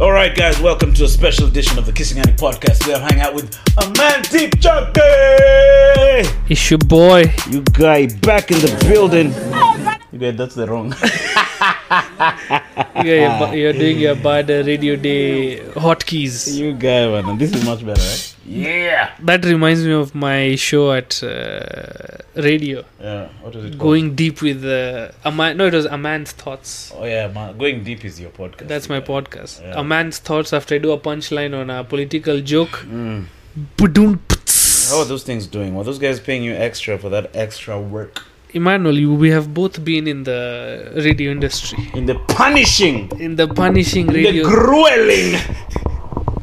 All right, guys, welcome to a special edition of the Kissing Annie podcast. Today I'm hanging out with Amandeep Junkie. It's your boy. You guy back in the building. You guys, that's the wrong. Yeah, you're, bu- you're doing your bad uh, radio day hotkeys. you guy, man. This is much better, right? Yeah. That reminds me of my show at uh, radio, Yeah. What is it called? going deep with uh, a man. No, it was a man's thoughts. Oh yeah, man. Going deep is your podcast. That's my Yeah. podcast. Yeah. A man's thoughts after I do a punchline on a political joke. Mm. Badoom, Oh. pts. How are those things doing? Were those guys paying you extra for that extra work Emmanuel, you, we have both been in the radio industry, in the punishing, in the punishing in the radio. grueling,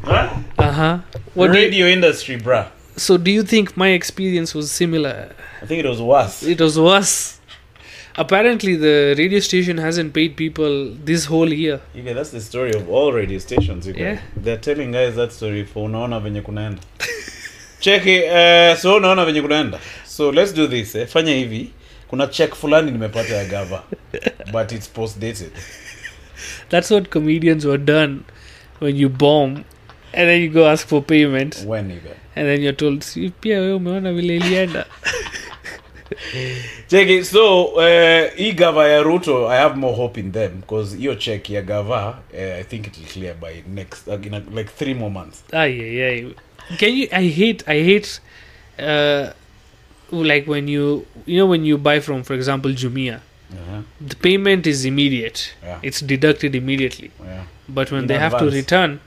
huh? Uh huh. What? What Do you, radio industry, bruh? so, do you think my experience was similar? I think it was worse. It was worse. Apparently, the radio station hasn't paid people this whole year. You guys, that's the story of all radio stations. You guys. Yeah. They're telling guys that story for unaona venye kunaenda. Cheki, uh, so unaona venye kunaenda. So let's do this. Eh. Fanya hivi. Kuna check fulani nimepata ya gava. but it's post dated. That's what comedians were done when you bomb and then you go ask for payment When you guys? and then you're told, "Si, pia wewe umeona vile ilienda." Cheki, so uh, hii gava ya Ruto, I have more hope in them because hiyo check ya gava, uh, I think it will clear by next like, in a, like three more months. Ay, ay, ay. Can you? I hate, I hate, uh, like when you, you know, when you buy from, for example, Jumia, Uh-huh. the payment is immediate. Yeah. It's deducted immediately. Yeah. But when In they have advance. to return,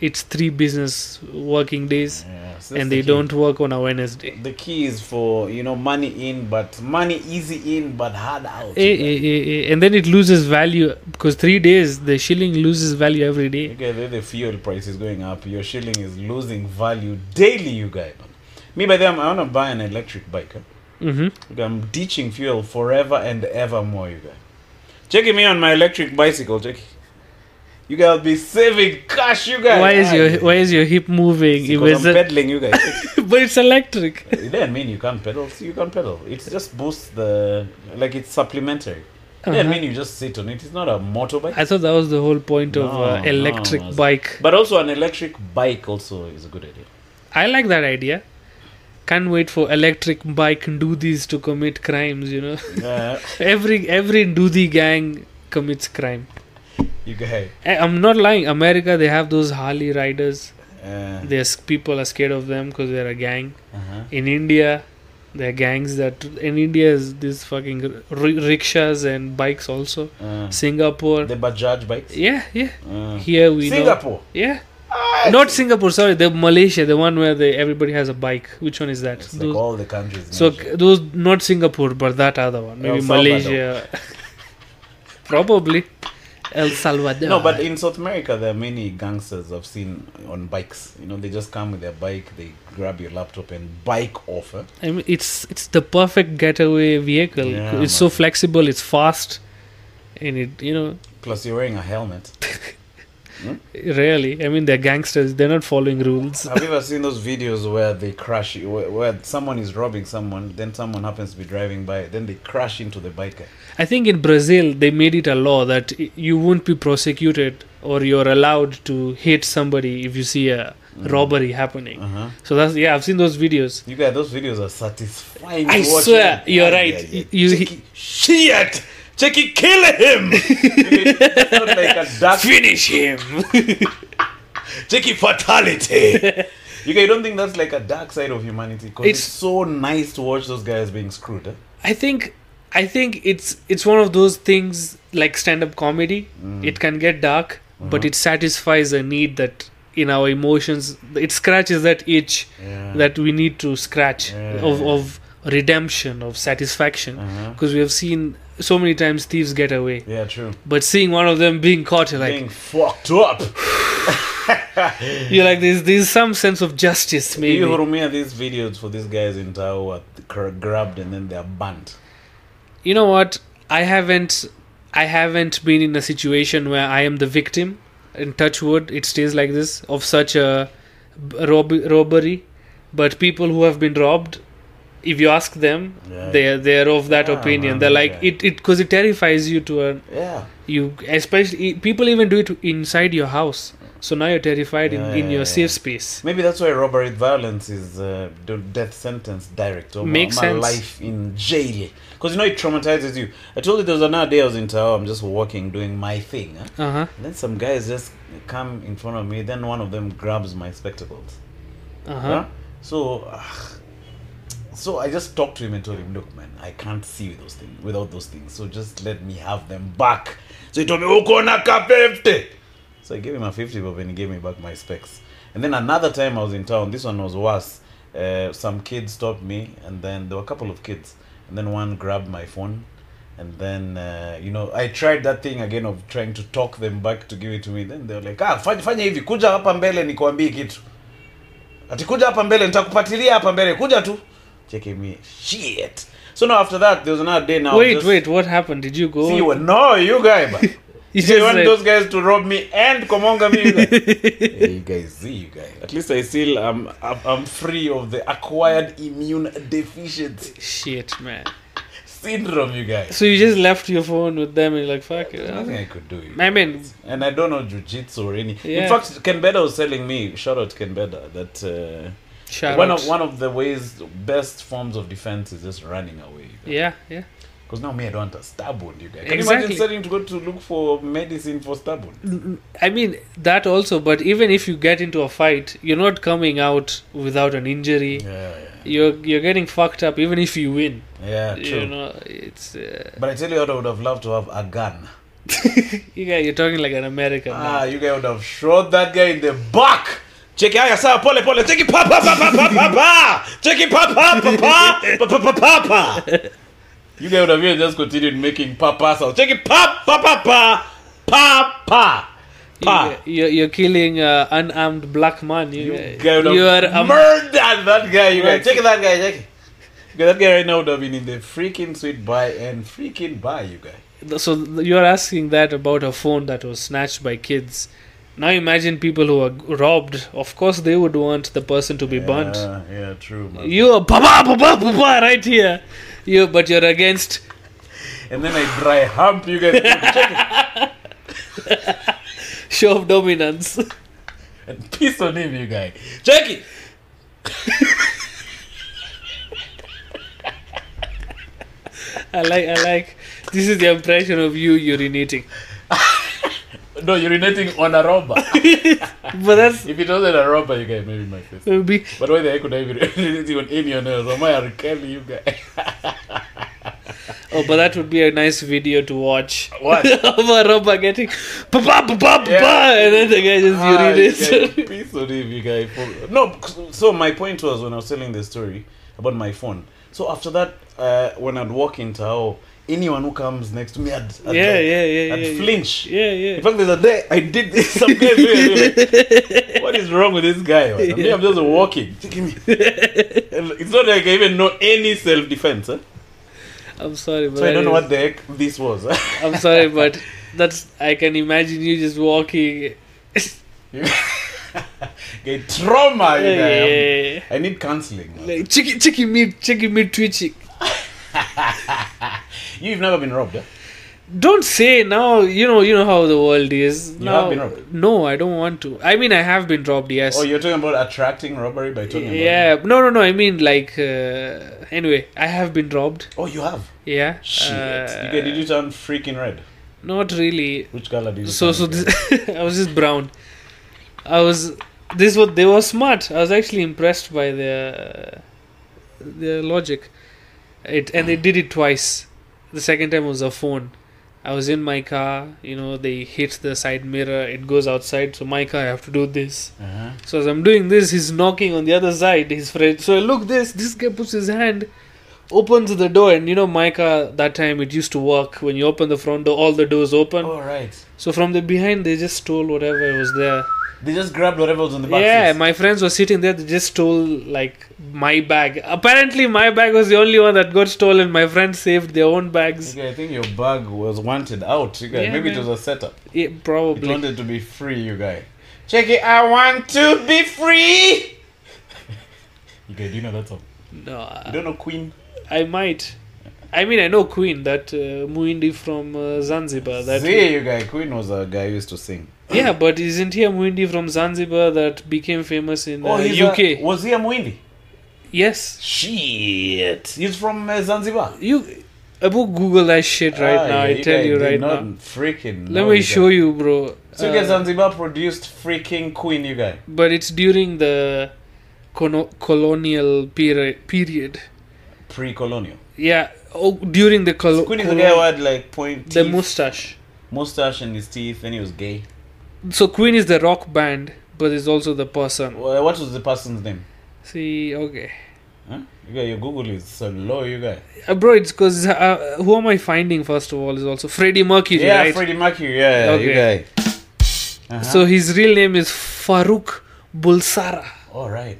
it's three business working days. yeah. So that's and the they key. don't work on a Wednesday. The key is for you know money in, but money easy in, but hard out. Eh, you guys. eh, eh, eh, And then it loses value because three days the shilling loses value every day. Okay, the, the fuel price is going up. Your shilling is losing value daily, you guys. Me, by the way, I want to buy an electric bike. Huh? hmm Okay, I'm ditching fuel forever and ever more, you guys. Checking me on my electric bicycle, check. You guys will be saving cash, you guys. Why is your why Why is your hip moving? It because was I'm a- pedaling, you guys. but it's electric. it doesn't mean you can't pedal. You can pedal. It's just boosts the like it's supplementary. It doesn't Uh-huh. mean you just sit on it. It's not a motorbike. I thought that was the whole point of No, uh, no, electric no. bike. But also an electric bike also is a good idea. I like that idea. Can't wait for electric bike doodies to commit crimes. You know, Yeah, every every doodie gang commits crime. you guys. I, I'm not lying. America they have those Harley riders. Uh, There's people are scared of them because they're a gang. uh-huh. in India, there are gangs that in India is these fucking r- rickshaws and bikes also. Uh, Singapore, the Bajaj bikes. yeah, yeah. Uh, Here we know, Singapore. yeah. Not Singapore, sorry. The Malaysia, the one where they, everybody has a bike. Which one is that? It's like Those, all the countries. so uh, mentioned. c- those not Singapore, but that other one, maybe El Salvador. Malaysia, probably El Salvador. no, but in South America, there are many gangsters I've seen on bikes. You know, they just come with their bike, they grab your laptop and bike off. eh? I mean, it's it's the perfect getaway vehicle. Yeah, it's so flexible. It's fast, and it you know Plus, you're wearing a helmet. Really? I mean, they're gangsters. They're not following rules. Have you ever seen those videos where they crash, where, where someone is robbing someone, then someone happens to be driving by, then they crash into the biker? I think in Brazil, they made it a law that i- you won't be prosecuted or you're allowed to hit somebody if you see a robbery happening. Uh huh. So that's, yeah, I've seen those videos. Mm. You guys, those videos are satisfying. I to watch. swear, you're right. You- Check it- shit, Checky, kill him. it's not like a dark Finish him! Checky fatality. You guys don't think that's like a dark side of humanity? Because it's, It's- so nice to watch those guys being screwed. Eh? I think. I think it's it's one of those things like stand-up comedy. Mm-hmm. It can get dark, but it satisfies a need that in our emotions it scratches that itch Yeah. that we need to scratch Yeah. of, of redemption of satisfaction Uh-huh. because we have seen so many times thieves get away Yeah, true. but seeing one of them being caught you're like being fucked up. you're like there's there's some sense of justice maybe You hurumia these videos for these guys in Tao who are cr- grabbed and then they are burnt. you know what i haven't i haven't been in a situation where i am the victim in touch wood it stays like this of such a b- rob- robbery but people who have been robbed if you ask them, Yeah. they they're of that Yeah, opinion. man, They're like yeah. it it because it terrifies you to a Yeah. you especially e, people even do it inside your house. So now you're terrified in, Yeah, in yeah, your yeah. safe space. Maybe that's why robbery with violence is uh, do- death sentence direct. Or my- Makes my sense. life in jail. Because you know it traumatizes you. I told you there was another day I was in Tao. I'm just walking, doing my thing. Huh? Uh huh. Then some guys just come in front of me. Then one of them grabs my spectacles. Uh Huh? huh. So, ah, so I just talked to him and told him, look, man, I can't see with those things, without those things. So just let me have them back. So he told me, Ukonaka 50. So I gave him a 50 bob and he gave me back my specs. And then another time I was in town, this one was worse. Uh, some kids stopped me and then there were a couple of kids. And then one grabbed my phone. And then, uh, you know, I tried that thing again of trying to talk them back to give it to me. Then they were like, ah, fanya, fanya hivi, kuja hapa mbele nikuambie kitu atikuja hapa mbele nitakupatilia hapa mbele kuja tu cheke me shit so now after that there was another day now Wait, just, wait. What happened? Did you go? see you no you guy but You you just want like- those guys to rob me and komonga me you guy. hey, you guys see you guys at least i still um, I'm, I'm free of the acquired immune deficiency Shit, man. syndrome you guys So you just left your phone with them and you're like, fuck it. nothing huh? i could do you I mean, and I don't know jujitsu or any. In Yeah. fact, Ken Beda was telling me, shout out Ken Beda, that uh, shout one out. of one of the ways, best forms of defense is just running away. Yeah, yeah. Because now me, I don't want a stubborn, you guys. Can you imagine Exactly. starting to go to look for medicine for stubborn? I mean that also, but even if you get into a fight, you're not coming out without an injury. Yeah, You're you're getting fucked up, even if you win. yeah. Yeah, true. You know, it's uh, But I tell you what, I would have loved to have a gun. you guys, you're talking like an American. Ah, you guys would have shot that guy in the back. Check it out, sir. Pole, pole. Check it, pa, pa, pa, pa, pa, pa, pa. Check it, pa, pa, pa, pa, pa, pa, pa, pa, pa. You guys would have really just continued making papa sounds. Check it, pa, pa, pa, pa, pa, pa, man. pa. You, you're, you're killing uh, unarmed black man. You, You guys- guy would have you are um, murdered that guy. You guys, Right. check it, that guy, check it. You guys, That guy right now would have been in the freaking sweet by and freaking by you guys. so you're asking that about a phone that was snatched by kids. Now imagine people who are g- robbed. Of course, they would want the person to be burnt. Yeah, yeah, true, man. You are papa papa papa right here. You but you're against and then I dry hump you guys check show of dominance. it, and piss on him, you guys. Check it. I like I like this is the impression of you urinating. No, urinating on a robber. But that's if it wasn't a robber, you guys, maybe my face. it would be But why the heck would I be urinating on anyone else? Am I R. Kelly, you guys? oh but that would be a nice video to watch. What? of a robber getting papa papa papa Yeah. and then the guy just Ah, you guys, urinates. piss on him, you guys. For- No, so my point was when I was telling the story about my phone. So after that, uh, when I'd walk into how anyone who comes next to me, I'd, I'd yeah, like- yeah, yeah, I'd yeah, yeah. flinch. Yeah, In yeah. fact, there's a day I did this. Some guy doing it, like, what is wrong with this guy? man? I mean, I'm just walking. Give me. And It's not like I even know any self defense. Huh? I'm sorry, but So I don't know that what the heck this was. huh? is- I'm sorry, but that's I can imagine you just walking. okay, trauma, you guy. I'm- Yeah. I need counseling. man. Like chicky chicky meat chicky meat twitchy. You've never been robbed. Huh? Don't say now. You know, you know how the world is. You now, have been robbed. No, I don't want to. I mean, I have been robbed. Yes. Oh, you're talking about attracting robbery by talking about. yeah. No, no, no. I mean, like. Uh, anyway, I have been robbed. Oh, you have. Yeah. Shit. Uh, you guy, did you turn freaking red? Not really. Which color did you? So, turn so red? this, I was just brown. I was. This was. They were smart. I was actually impressed by their their logic. It and they did it twice. The second time was a phone. I was in my car. You know, they hit the side mirror. It goes outside. So my car, I have to do this. Uh-huh. So as I'm doing this, he's knocking on the other side, his friend. So I look this, this guy puts his hand, opens the door, and you know, my car that time it used to work. When you open the front door, all the doors open. All right. So from the behind, they just stole whatever was there. They just grabbed whatever was on the back. yeah, seats. my friends were sitting there, they just stole like my bag. Apparently, my bag was the only one that got stolen. My friends saved their own bags. Okay, I think your bag was wanted out. You guys, Yeah, maybe it man. was a setup. Yeah, It probably. wanted to be free, you guy. Check it. I want to be free. you guys, do you know that song? No, You I, don't know Queen? I might. I mean, I know Queen, that uh, Muindi from uh, Zanzibar. That See, you guy, Queen was a guy who used to sing. yeah, but isn't he a Muindi from Zanzibar that became famous in uh, Oh, he's UK? a- was he a Muindi? yes, Shit. He's from uh, Zanzibar. you. I will Google that shit right Ah, now. I you tell guys you did right not now. Freaking. Let me show you, bro. So, you Uh, guys, Zanzibar produced freaking Queen, you guy. but it's during the cono- colonial period. Period. Pre-colonial. Yeah. Oh, during the col- Queen is a colon- guy who had like point the teeth, mustache. mustache and his teeth, and he was gay. So Queen is the rock band, but is also the person. Wha- What was the person's name? See, See, okay, Huh? You guy, your Google is so low, you guy. uh, bro. It's because uh, who am I finding? First of all, is also Freddie Mercury, yeah, right? Freddie Mercury. Yeah, you Okay. guy. Uh-huh. So his real name is Farouk Bulsara. all right.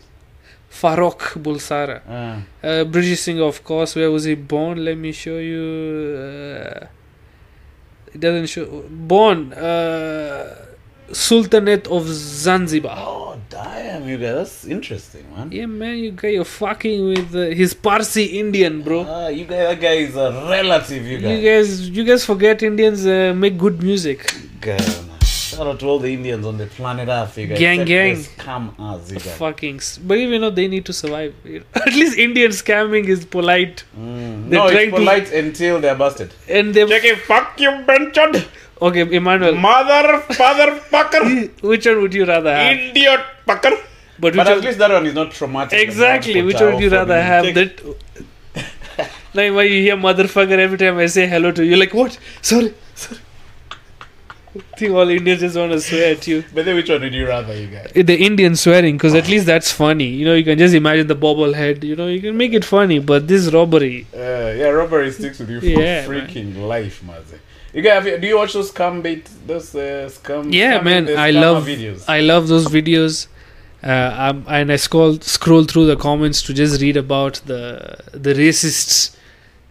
Farouk Bulsara, Uh, uh, British singer, of course. Where was he born? Let me show you. Uh, it doesn't show. Born uh, Sultanate of Zanzibar. oh damn, you guy, that's interesting, man. Yeah, man, you guy, you're fucking with uh, his Parsi Indian, bro. Ah, you guy, that guy is a relative, you guy. You guys, you guys forget Indians uh, make good music. Girl, man. Shout out to all the Indians on the planet Earth, you guys. Gang, gang. Scam us, you guys. Fucking, s- but even though they need to survive, you know. at least Indian scamming is polite, Mm. They're No, trying it's to- polite until they're busted. and they. Check it, fuck you, Benchard. Okay, Emmanuel, Mother, father, fucker, which one would you rather have? idiot, fucker. But which But at one, least that one is not traumatic. exactly, Like, which one would you for rather me. have? Check- That. Like why you hear motherfucker every time I say hello to you, like what? Sorry, sorry. I think all Indians just want to swear at you. But then which one would you rather, you guys? Eh, the Indian swearing because at least that's funny. You know, you can just imagine the bobblehead. You know, you can make it funny, but this robbery. Uh, yeah, robbery sticks with you for Yeah, freaking life, Mazi. You guys, have you- do you watch those scam bait, those uh, scam? Yeah, scam- man, the I scammer love videos. I love those videos. Uh, um, and I scroll scroll through the comments to just read about the the racists,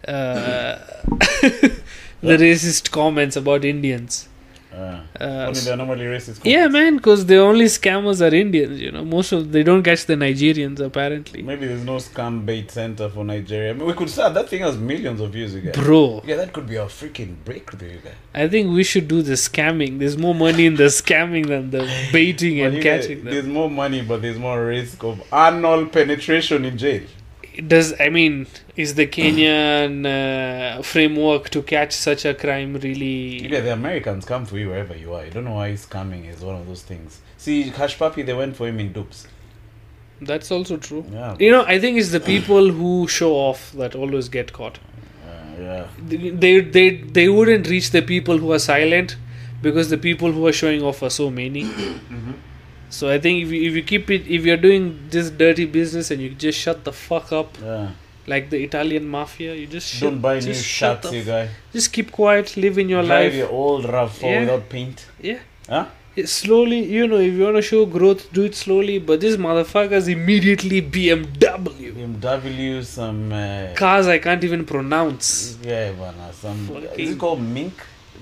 uh, the racist comments about Indians. Uh, Uh, only they're normally racist. yeah, comments. man, because the only scammers are Indians. You know, most of they don't catch the Nigerians apparently. Maybe there's no scam bait center for Nigeria. I mean, we could start. That thing has millions of views, you guys. Bro, Yeah, that could be our freaking breakthrough, you guys. I think we should do the scamming. There's more money in the scamming than the baiting Well, and you guys, catching there's them. more money, but there's more risk of anal penetration in jail. Does I mean is the Kenyan uh, framework to catch such a crime You really? guys, the Americans come for you wherever you are. You don't know why scamming is one of those things. See, Hush Puppy, they went for him in dupes. That's also true. Yeah. You know, I think it's the people who show off that always get caught. Uh, yeah. They they they wouldn't reach the people who are silent because the people who are showing off are so many. Mm-hmm. So I think if you, if you keep it if you're doing this dirty business and you just shut the fuck up Yeah. like the Italian mafia. You just shut, Don't buy just new shut shirts, the you f- guys. Just keep quiet, live in your Drive life. your old RAV4 Yeah. without paint. Yeah. Huh? It slowly, you know, if you want to show growth, do it slowly. But these motherfuckers immediately BMW BMW, some. Uh, cars I can't even pronounce. yeah, bana, some. Is Fucking- it called mink?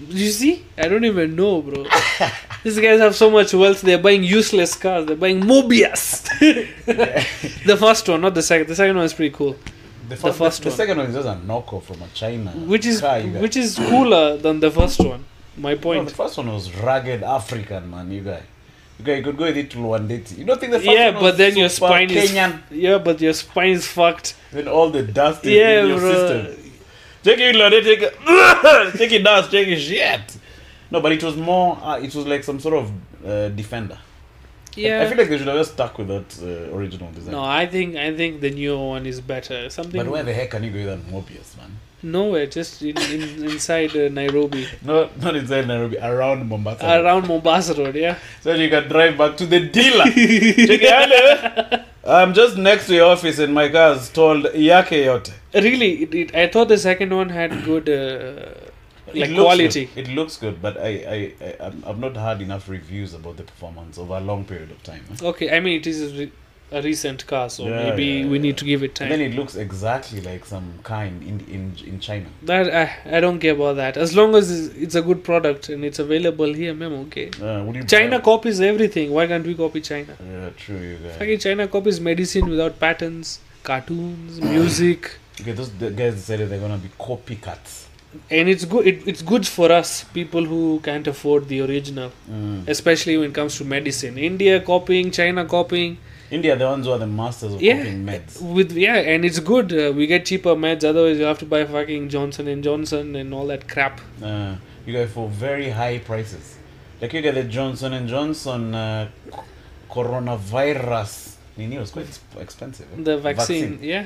You see, I don't even know, bro. these guys have so much wealth. They're buying useless cars. They're buying Mobius. the first one, not the second. The second one is pretty cool, The, first, first the, one. second one is just a knockoff from a China. which is car, you guys. which is cooler than the first one. My No, point. the first one was rugged African man, you guy. You guy you could go with it to Luandeti. You don't think the first Yeah, one but was then your super spine is Kenyan yeah, but your spine is fucked. when all the dust is Yeah, in your bro. system. Check it, Luandeti. Take it, take it dust. Take it shit. No, but it was more. Uh, it was like some sort of uh, defender. I- Yeah. I, feel like they should have just stuck with that uh, original design. No, I think I think the newer one is better. Something But where the heck can you go with that Mobius, man? nowhere, just in, in, inside uh, Nairobi, Uh, No, not inside Nairobi, around Mombasa. around Mombasa Road. Yeah, So you can drive back to the dealer. Check it out, eh? I'm just next to your office and my car is told yake yote. really. It, it, I thought the second one had good uh, like looks quality. Good. It looks good, but I, I, I I'm- I've not heard enough reviews about the performance over a long period of time. eh? Okay, I mean it is a, re- a recent car, so Yeah, maybe yeah, we yeah. need to give it And then time. it looks exactly like some car in in, in, in China. That uh, I, I don't care about that. As long as it's it's a good product and it's available here, ma'am, okay. Uh, would you China buy- copies everything. Why can't we copy China? Yeah, true, you guys. Fucking China copies medicine without patents. cartoons, music, Okay, those the guys decided they're gonna be copycats. and it's good. It, it's good for us people who can't afford the original, Mm. especially when it comes to medicine. India copying, China copying. India, the ones who are the masters of Yeah, copying meds. with yeah, and it's good. Uh, we get cheaper meds. Otherwise, you have to buy fucking Johnson and Johnson and all that crap. Uh, you get for very high prices. Like you get the Johnson and Johnson uh, co- coronavirus. Nini was quite exp- expensive. eh? The vaccine, yeah.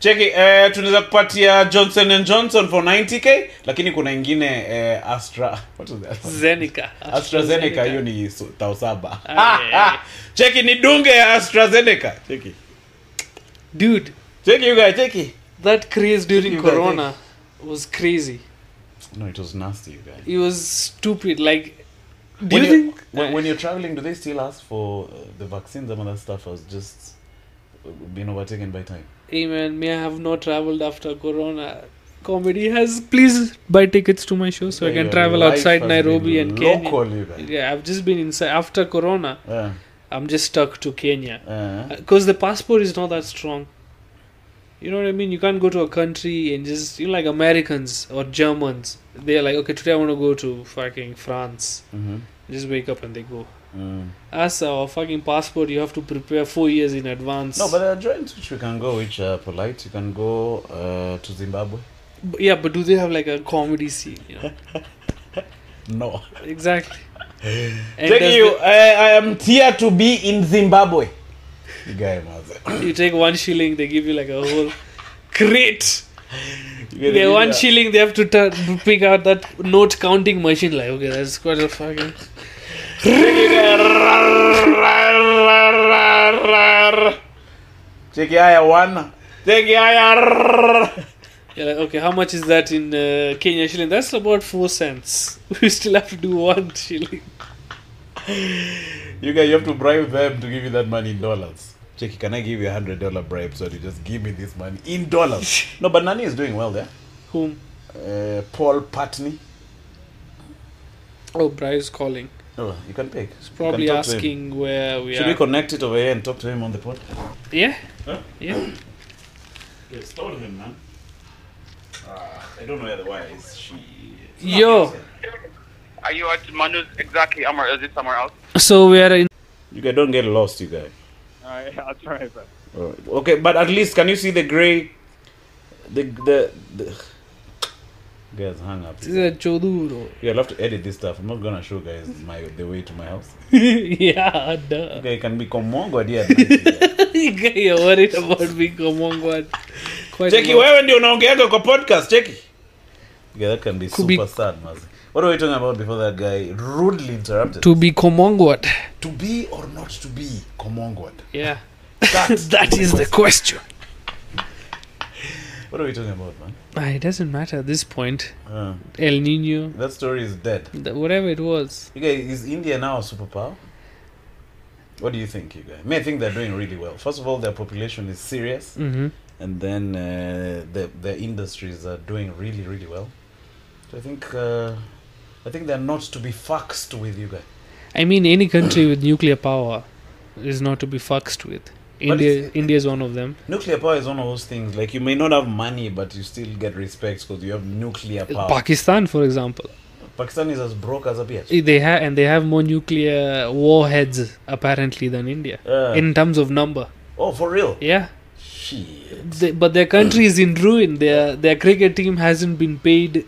Cheki, eh, tunaweza kupatia Johnson and Johnson for 90k, lakini kuna ingine eh, Astra. What was that? Zeneca. AstraZeneca hiyo ni su- tao saba. Ah, yeah, yeah. Cheki ni dunge ya AstraZeneca. Cheki. Dude, Cheki you guys, cheki. that craze during You got Corona was crazy. No, it was nasty, you guys. It was stupid. Like, do when you you- think? when, when you're traveling do they still ask for uh, the vaccines and other stuff I was just uh, being overtaken by time Hey man, may I have not traveled after Corona. Comedy has. Please buy tickets to my show so I Yeah, can your travel life outside has Nairobi been and Kenya. local even. Yeah, I've just been inside. After Corona, Yeah, I'm just stuck to Kenya. yeah. Because the passport is not that strong. You know what I mean? You can't go to a country and just. You know, like Americans or Germans. They're like, okay, today I want to go to fucking France. Mhm. Just wake up and they go. Mm. Us, our fucking passport, you have to prepare four years in advance. no but there are joints which we can go which are polite you can go uh, to zimbabwe B- yeah, but do they have like a comedy scene? You know? no exactly. And thank does you I, I am here to be in zimbabwe You guy maze. the- you take one shilling, they give you like a whole crate. You get Yeah, it? one shilling, they have to turn, pick out that note counting machine. Like, okay, that's quite a fucking. Cheki haya wana. Cheki haya. You're like, okay, how much is that in uh, Kenya shilling? That's about four cents. We still have to do one shilling. You guys, you have to bribe them to give you that money in dollars. Cheki, can I give you a hundred dollar bribe so that you just give me this money in dollars? no, but Nani is doing well there. Whom? Uh, Paul Patney. Oh, Brian's calling. Oh, you can pick. He's You can probably talk to him. asking where we Should are. we connect it over here and talk to him on the pod? yeah? Huh? Yeah. It's told him, man. Uh, I don't know where the wire is. She. Yo. Are you at Manu's exactly? Um, or is it somewhere else? So we are in. You guys don't get lost, you guys. Alright, that's right, bro. Alright. Okay, but at least can you see the gray? The the. the you guys, hang up. This is a Chodu, bro. Yeah, I'll have to edit this stuff. I'm not gonna show guys my the way to my house. yeah, duh. Okay, it can become mongo at the end. Nice, You're worried about being among one. Quite Cheki, a lot. wewe ndio unaongeaga kwa podcast, Cheki. Yeah, that can be Could be- super sad, Mazi. What were we talking about before that guy rudely interrupted? To be Komongwat. To be or not to be Komongwad. Yeah. That, That is the question. What are we talking about, man? Ah, it doesn't matter at this point. Uh, El Nino, that story is dead. th- whatever it was. You guys, is India now a superpower? What do you think, you guys? May I think they're doing really well. First of all, their population is serious. Mm-hmm. and then uh, the the industries are doing really really well. So I think uh, I think they're not to be fucked with you guys. I mean, any country with nuclear power is not to be fucked with. India, it's- India is one of them. Nuclear power is one of those things like you may not have money, but you still get respect because you have nuclear power. Pakistan, for example, Pakistan is as broke as a bitch. Eh, they have and they have more nuclear warheads apparently than India Uh, in terms of number. oh, for real? Yeah. Shit. They, but their country is in ruin. Their their cricket team hasn't been paid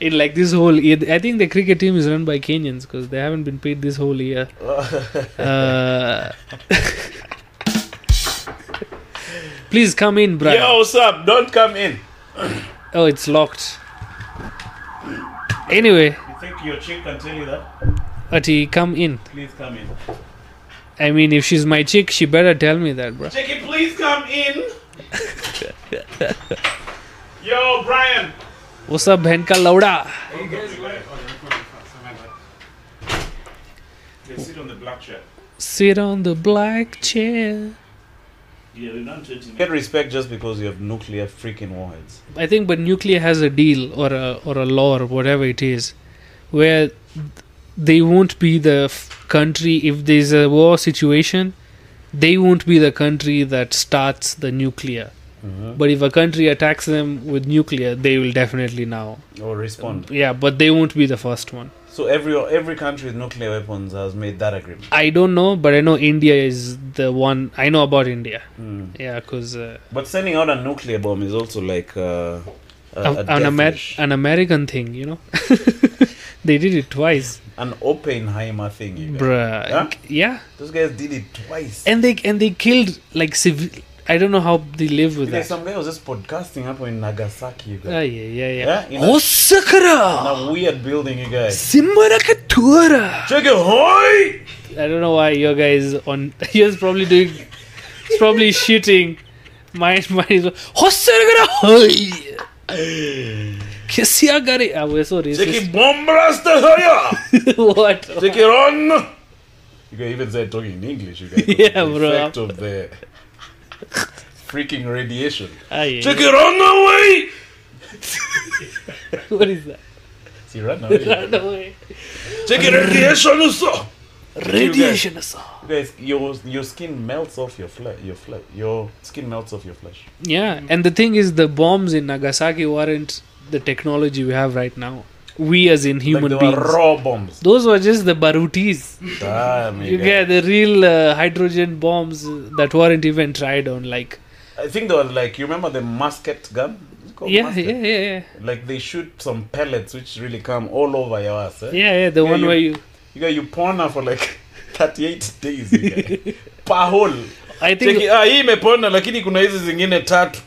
in like this whole year. I think the cricket team is run by Kenyans because they haven't been paid this whole year. Uh, please come in, Brian. Yo, what's up? Don't come in. Oh, it's locked. Anyway, You think your chick can tell you that? Ati, come in. Please come in. I mean, if she's my chick, she better tell me that, bro. Chicky, please come in. Yo, Brian. Oh, What's up, Benka Lauda? They sit on the black chair. Sit on the black chair. Get respect just because you have nuclear freaking warheads. I think, but nuclear has a deal or a or a law or whatever it is, where they won't be the f- country if there's a war situation. they won't be the country that starts the nuclear. Mm-hmm. But if a country attacks them with nuclear, they will definitely now. or respond. Yeah, but they won't be the first one. So every every country with nuclear weapons has made that agreement. I don't know, but I know India is the one. I know about India. Hmm. Yeah, because uh, But sending out a nuclear bomb is also like uh, a, a an, death Amer- wish. an American thing, you know? they did it twice. an Oppenheimer thing. You guys. Bruh. Huh? Yeah. Those guys did it twice. And they and they killed, like, civ- I don't know how they live with There's that. some guy was just podcasting up in Nagasaki. You guys. Ah, yeah, yeah, yeah. Yeah, in a- Osakara! a weird building, you guys. Simbarakatura! Check it, hoi! I don't know why your guy is on. He is probably doing. He's probably shooting. Mine, mine is. Hossergara hoi! Kisya gare. Ah, we're so Check racist. it, bomb blaster, hoya! what? Check it on! You guys even said talking in English, you guys. Yeah, the bro. Effect of the freaking radiation. Ah, yeah, Check yeah. it on away! What is that? See, run away. Run away. Check it, radiation, you saw! Radiation assault. You guys, your your skin melts off your flesh. Your flesh. Your skin melts off your flesh. Yeah, and the thing is, the bombs in Nagasaki weren't the technology we have right now. We, as in human like they beings. were raw bombs. Those were just the barutis. Damn, you You guys. get the real uh, hydrogen bombs uh, that weren't even tried on, like I think they were like, you remember the musket gun? It's called yeah, musket. yeah, yeah, yeah, Like they shoot some pellets which really come all over your ass. Eh? yeah, yeah. The Yeah, one you- where you, You got you pona for like 38 days. you guys. per hole. I think Cheki, ah, hii imepona lakini kuna hizi zingine tatu.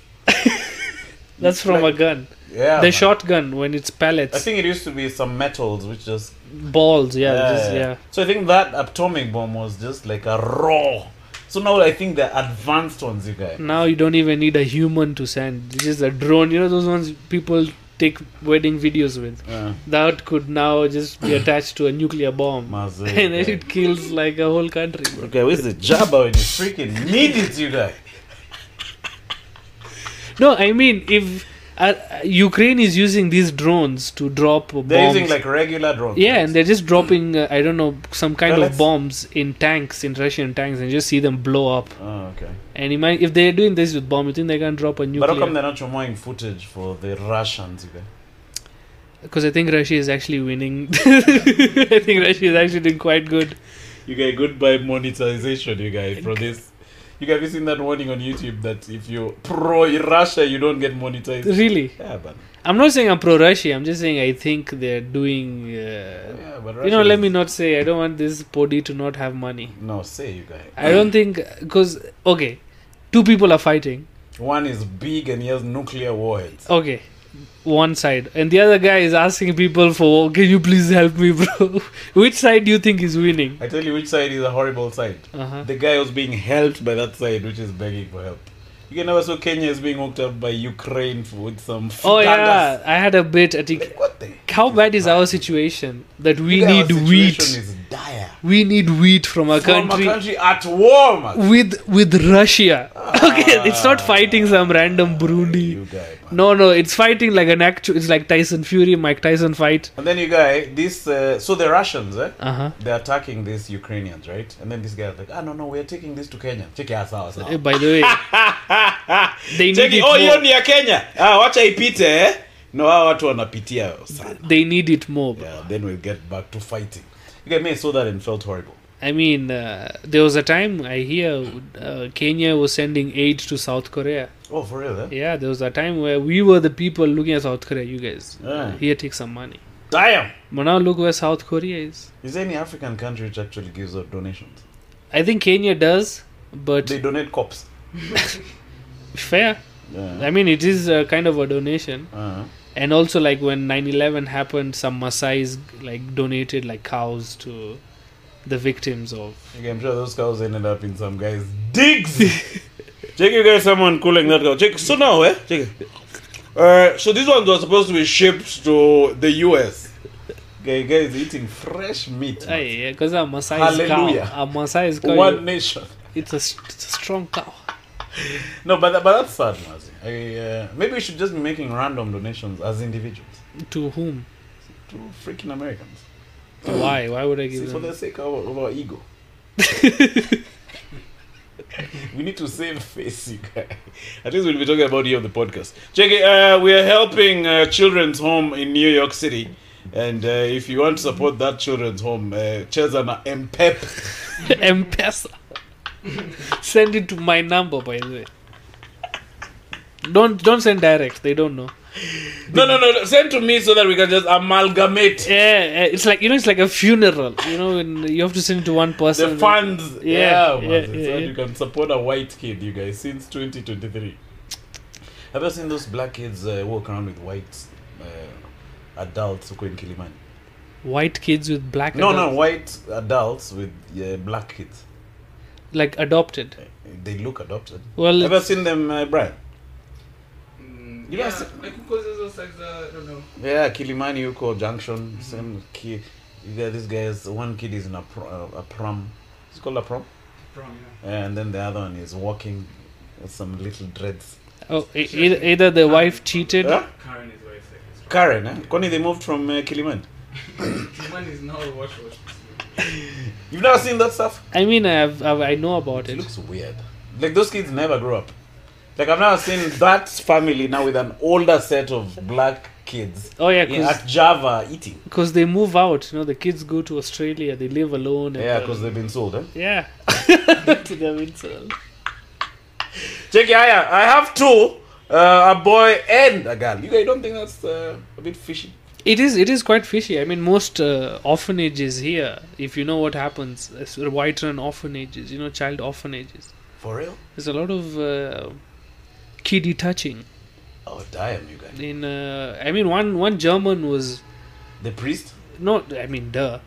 that's from a gun. Yeah. The man. shotgun when it's I pellets, think it used to be some metals which just balls. Yeah, just, yeah. So I think that atomic bomb was just like a raw. So now I think the advanced ones, you guys. Now you don't even need a human to send. It's just a drone. You know those ones people take wedding videos with. Yeah. That could now just be attached to a nuclear bomb, Mazee, and then guy. it kills like a whole country. bro. Okay, where's the Jabba when you freaking need it, you guys? No, I mean if. Uh, Ukraine is using these drones to drop bombs. They're using like regular drones. Yeah, and they're just dropping, uh, I don't know, some kind Pellets? of bombs in tanks, in Russian tanks, and you just see them blow up. Oh, okay. And imagine, if they're doing this with bomb, you think they can drop a But how come nuclear? they're not showing footage for the Russians, you guys? Because I think Russia is actually winning. I think Russia is actually doing quite good. You guys, goodbye monetization, you guys, for this. You guys, have you seen that warning on YouTube that if you pro Russia, you don't get monetized? Really. Yeah, but I'm not saying I'm pro Russia, I'm just saying I think they're doing. Uh, yeah, but Russia you know, let is- me not say, I don't want this podi to not have money. No, say you guys. I don't think. Because, okay, two people are fighting. One is big and he has nuclear warheads. okay one side and the other guy is asking people for can you please help me bro which side do you think is winning I tell you which side is a horrible side. uh-huh. The guy was being helped by that side, which is begging for help. You can never saw Kenya is being hooked up by Ukraine for- with some. oh Fugandas. yeah i had a bit at Like, what the? how bad is our situation that we You guys, need our wheat situation is dire. we need wheat from a From country a country at war, man. with with russia okay it's not fighting some random burundi Ah. You guy, man. no no it's fighting like an actual it's like tyson fury mike tyson fight And then you guy, this uh, so the Russians, eh? uh-huh They're attacking these Ukrainians, right? And then this guy was like, ah, no, no, we're taking this to Kenya. Check your ass out. Eh, by the way they need it oh, hiyo more. ni ya Kenya. Ah, wacha ipite, eh? No, hawa watu wanapitia sana. they need it more bro. Yeah, then we'll get back to fighting. You guys may saw that and felt horrible. I mean, uh, there was a time I hear uh, Kenya was sending aid to South Korea. Oh, for real, eh? Yeah, there was a time where we were the people looking at South Korea. You guys, Yeah. here take some money. Damn! But now look where South Korea is. Is there any African country which actually gives out donations? I think Kenya does, but They donate cops. fair. Yeah. I mean, it is a kind of a donation, Uh-huh. and also like when 9/11 happened, some Maasai's like donated like cows to the victims of. Okay, I'm sure those cows ended up in some guy's digs. Check you guys, someone cooling that cow. Check. So now, eh? Check. it. Uh, so these ones were supposed to be shipped to the US. Okay, you guys eating fresh meat. Ah, man. yeah, because a Maasai's Hallelujah. cow, a Maasai's cow, One nation. it's a, s- it's a strong cow. No, but, that- but that's sad, Mazi. I, uh, maybe we should just be making random donations as individuals To whom? to freaking Americans. Why? Why would I Mm. See, give for them? the sake of, of our ego. we need to save face, you guys. At least we'll be talking about you on the podcast. Check it. Uh, we are helping uh, children's home in New York City, and uh, if you want to support that children's home, uh, cheza na mpep. M-Pesa. send it to my number, by the way. Don't don't send direct. They don't know. No, no, no. no, Send to me so that we can just amalgamate Yeah, yeah, it's like you know, it's like a funeral. You know, when you have to send it to one person. the funds. Yeah, man, yeah, so yeah, that yeah. you can support a white kid, you guys, since 2023. Have you seen those black kids uh, walk around with white uh, adults who go in Kilimani? White kids with black. No, no, adults, white adults with uh, black kids. Eh, Like adopted. They look adopted. Well, Ever seen them, uh, Brian? Mm, You yeah, know, s- like who causes those like the I don't know. Yeah, Kilimani Uko Junction. Same kid. You got these guys. One kid is in a, pr- uh, a prom. It's called a prom. Prom, And then the other one is walking with some little dreads. oh, e- either, either the wife cheated. Huh? yeah. Karen is wife like this. Karen, eh? Connie, they moved from uh, Kilimani. Human is now a watch watch. You've never seen that stuff? I mean, I've, I've I know about It it. looks weird. Like those kids never grow up. Like I've never seen that family now with an older set of black kids Oh yeah, in, cause at Java eating. Because they move out, you know, the kids go to Australia, they live alone. And Yeah, uh, because they've been sold, eh? Yeah. to their insult. Jackie, I, I have two. Uh, a boy and a girl. You guys don't think that's uh, a bit fishy? It is, it is quite fishy. I mean, most uh, orphanages here, if you know what happens, it's white run orphanages, you know, child orphanages. For real? There's a lot of uh, kiddie touching. Oh, damn, you guys. In, uh, I mean, one one German was The priest? not. I mean, duh,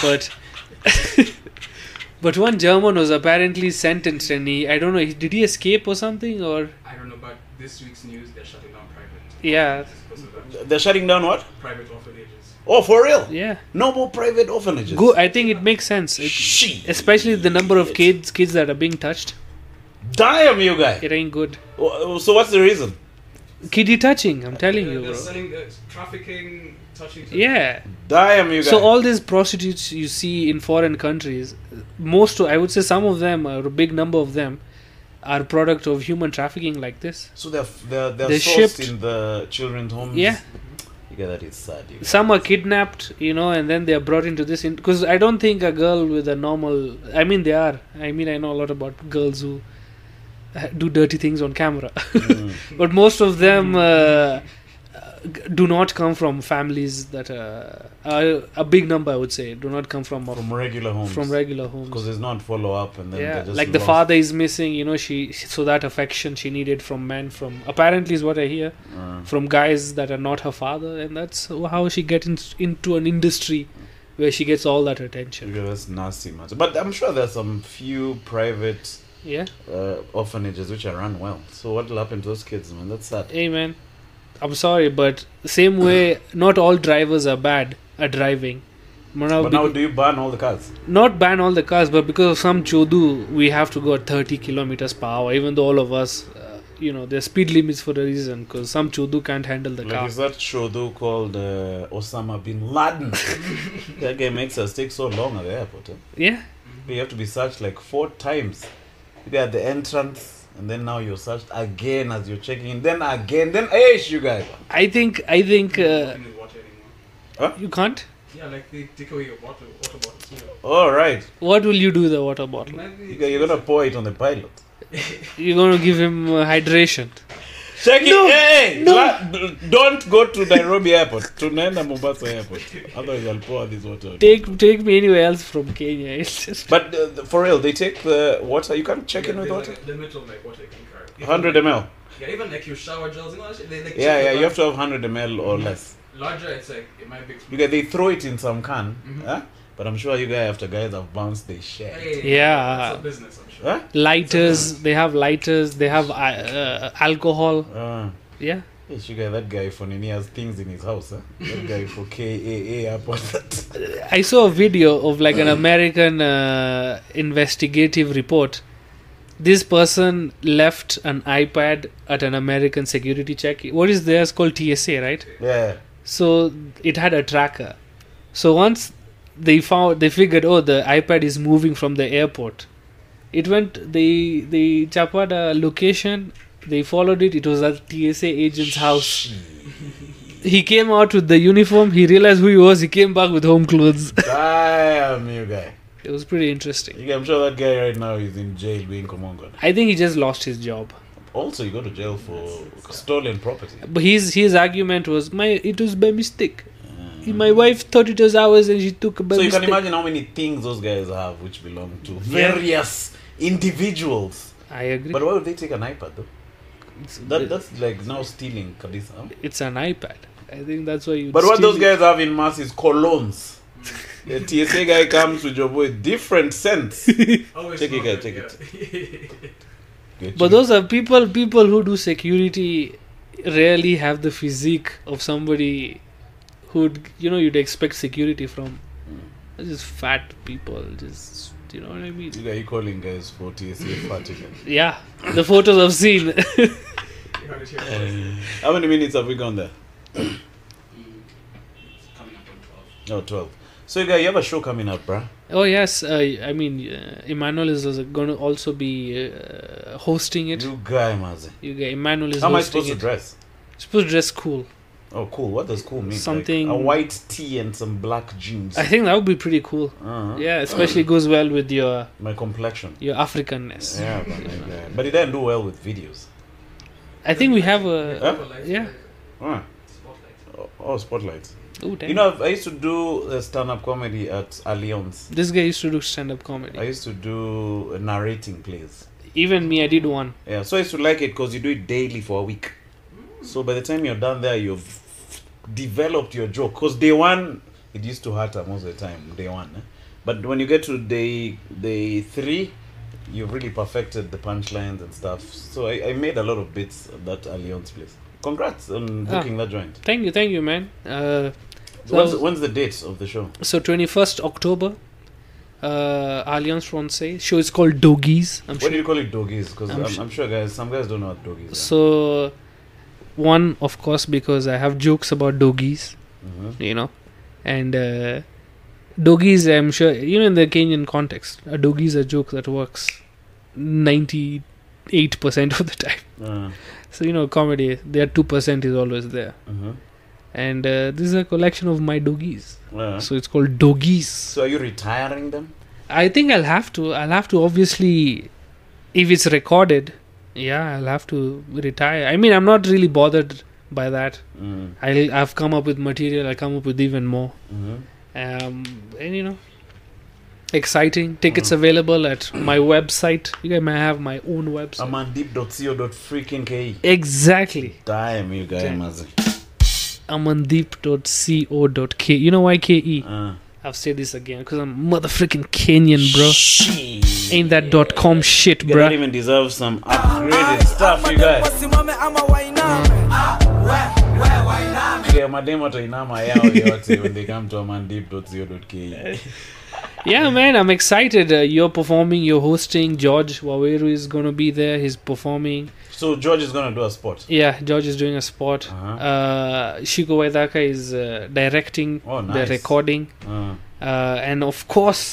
but. But one German was apparently sentenced, and he—I don't know—did he escape or something, or I don't know, but this week's news they're shutting down private. yeah, Just because of that. They're shutting down what? Private orphanages. Oh, for real? yeah. No more private orphanages. Go. I think it makes sense. It, She. especially the number of kids kids that are being touched. Damn, you guys. It ain't good. Oh, So, what's the reason? Kiddie touching. I'm telling They're- you, They're bro. selling the trafficking, touching. Yeah. Damn, you guys. So all these prostitutes you see in foreign countries, most I would say some of them or a big number of them are product of human trafficking like this. So they're they're they're, They're sourced shipped. in the children's homes. Yeah. yeah, that is sad. You Some are kidnapped, you know, and then they are brought into this. Because I don't think a girl with a normal. I mean, they are. I mean, I know a lot about girls who uh, do dirty things on camera. Hmm. but most of them uh, uh, g- do not come from families that are uh, a big number i would say do not come from from, from regular homes. regular homes because there's not follow up and then yeah they're just like the lost. father is missing you know she so that affection she needed from men from apparently is what i hear Uh, from guys that are not her father and that's how she gets in, into an industry where she gets all that attention because that's nasty, man. But I'm sure there's some few private yeah uh, orphanages which are run well. So what will happen to those kids, man? That's sad. hey man i'm sorry but same way not all drivers are bad at driving But now, do you ban all the cars? not ban all the cars, but because of some chodu, we have to go at 30 kilometers per hour. Even though all of us, uh, you know, there's speed limits for a reason, because some chodu can't handle the Like car. is that show though called uh, Osama bin Laden? that guy makes us take so long at the airport. Eh? Yeah, You have to be searched like four times. Maybe at the entrance, and then now you're searched again as you're checking in. Then again, then hey, you guys. I think I think uh, Nothing with water anymore. you can't. Yeah, like they take away your bottle, water bottles. You know. All right, What will you do with the water bottle? Maybe you guys, you're gonna pour it on the pilot. You're gonna give him uh, hydration. Check No, it. Hey, hey, no. la- d- don't go to Nairobi airport. Tunaenda Mombasa airport. Otherwise, I'll pour this water. on you. Take take me anywhere else from Kenya. It's just But uh, the- for real, they take the water. You can't check in with they water. Like, limit of like water you can carry. Even, 100 ml. Yeah, even like your shower gels and all that shit. They like Yeah, check yeah. the You have to have 100 ml or less. Larger, it's like it might be. You guys, they throw it in some can. Mm-hmm. Mhm. Huh? But I'm sure you guys, after guys have bounced, they share. it. Hey, Yeah. That's a business, I'm sure. Huh? lighters. They have lighters. They have uh, uh, alcohol. Ah. Yeah. Hey, sugar, that guy for Nini has things in his house, huh? That guy for KAA up on that. I saw a video of like an American uh, investigative report. This person left an iPad at an American security check. What is theirs called TSA, right? Yeah. So it had a tracker. So once they found, they figured, oh, the iPad is moving from the airport. it went they they chapped a location. They followed it. It was at TSA agent's house. He came out with the uniform. He realized who he was. He came back with home clothes. Damn, you guy. it was pretty interesting. You, I'm sure that guy right now is in jail being commonged. I think he just lost his job. Also, you go to jail for stolen property. But his his argument was my it was by mistake. My wife thought it was ours and she took by Hmm. So you mistake. can imagine how many things those guys have which belong to various individuals. I agree. But why would they take an iPad though? it's, That, that's like now stealing kabisa. it's an iPad. I think that's why you. But what steal those guys it. have in mass is colognes. The TSA guy comes with your boy different scents. Always Check it, smoke check yeah. But those are people. People who do security rarely have the physique of somebody who'd you know you'd expect security from. Just fat people. Just you know what I mean. you guys you calling guys for TSA fat again. Yeah, the photos I've seen. You heard it here first. How many minutes have we gone there? Coming up on 12. No, twelve. So you guys, you have a show coming up, bruh. Oh yes, uh, I mean uh, Emmanuel is going to also be uh, hosting it. You guy, Mazi. You get Emmanuel is How am I hosting supposed to it. dress? supposed to dress cool. Oh, cool. What does cool mean? Like, Something- a white tee and some black jeans. I think that would be pretty cool. Uh-huh. Yeah, especially goes well with your My complexion. your Africanness. Yeah, but, my guy. but it didn't do well with videos. I think we have a. Huh? Spotlight, Yeah. Uh, Spotlight. oh, oh, spotlights. Oh damn! You know, I've- I used to do uh, stand-up comedy at Alliance. this guy used to do stand-up I comedy. used to do uh, narrating plays. Even me, I did one. Yeah, so I used to like it because you do it daily for a week. So by the time you're done there, you've developed your joke. Because day one, it used to hurt her most of the time, day one. eh? But when you get to day day three, you've really perfected the punchlines and stuff. So I, I made a lot of bits at that Alliance place. Congrats on Ah. booking that joint. Thank you, thank you, man. Uh, When's, so when's the date of the show? so twenty first October, uh, Alliance Francais show is called Doggies. I'm What sure. do you call it, doggies? Because I'm I'm, sh- I'm sure guys, some guys don't know what doggies are. So, one of course because I have jokes about doggies, Mhm. you know, and uh, doggies. I'm sure you know in the Kenyan context, a doggie is a joke that works ninety eight percent of the time. Uh, So you know, comedy. Their two percent is always there, mhm. and uh, this is a collection of my doggies. Uh, So it's called doggies. so are you retiring them? I think I'll have to. I'll have to obviously, if it's recorded, yeah, I'll have to retire. I mean, I'm not really bothered by that. Mm. I'll, I've come up with material. I'll come up with even more. hmm Um, and you know, exciting tickets available at my website. You guys may have my own website. I'm on deep.co.freaking.ke. exactly, Damn, you guys, Damn. mazi. amandeep.co.k. You know why ke? Uh, I've said this again because I'm motherfucking Kenyan, bro. Shit. Ain't that dot com shit, You guys bruh. don't even deserve some upgraded stuff, you guys. wasimame ama wainame Yeah, madem watainama yao yote when they come to amandeep.co.ke. Yeah, man, I'm excited. Uh, you're performing, you're hosting. George Waweru is going to be there. He's performing. So George is gonna do a spot. Yeah, George is doing a spot. Uh-huh. Uh, Shiko Waitaka is uh, directing Oh, the nice. recording. Uh, Uh, and of course,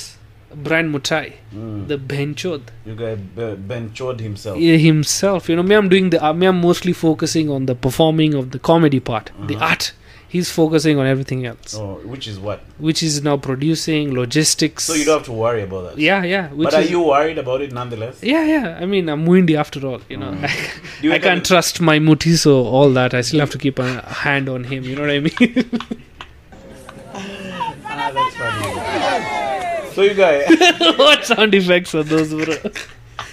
Brian Mutai, mm. the Benchod You guys be- benchored himself. yeah, himself. You know, me, I'm doing the, uh, me, I'm mostly focusing on the performing of the comedy part, the art. He's focusing on everything else, Uh-huh. Oh, which is what? which is now producing logistics. So you don't have to worry about that. Yeah, yeah. Which But are is, you worried about it nonetheless? Yeah, yeah. I mean, I'm windy after all. You know, Mm. Do you I can't try. trust my muti, so all that. I still have to keep a hand on him. You know what I mean? Ah, that's funny. So you guys, what sound effects are those, bro?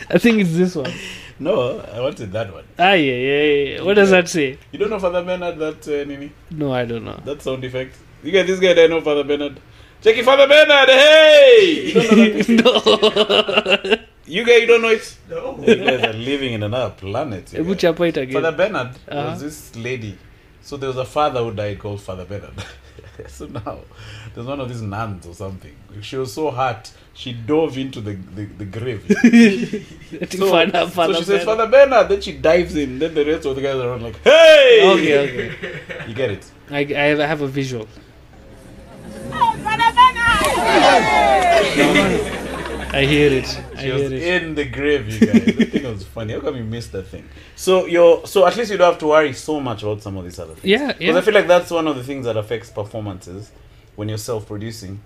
I think it's this one. no, I wanted that one. Ah, yeah, yeah, yeah. What does that say? You don't know Father Bernard that uh, Nini? No, I don't know. That sound effect. You guys, this guy didn't know Father Bernard. Check it, Father Bernard. Hey, you don't know that music? no. You guys, you don't know it. No. You guys are living in another planet. you Ebu guys. chapa it again. Father Bernard Uh-huh. was this lady. So there was a father who died called Father Bernard. so now there's one of these nuns or something. She was so hurt, she dove into the the, the grave. so, father, father, so she says, Bernard. Father Bernard. Then she dives in. Then the rest of the guys are like, hey! Okay, okay. You get it. I, I have- I have a visual. I hear it. I She was hear it. in the grave, you guys. I think it was funny. How come you missed that thing? So you're so at least you don't have to worry so much about some of these other things. Yeah, Because yeah. I feel like that's one of the things that affects performances when you're self-producing.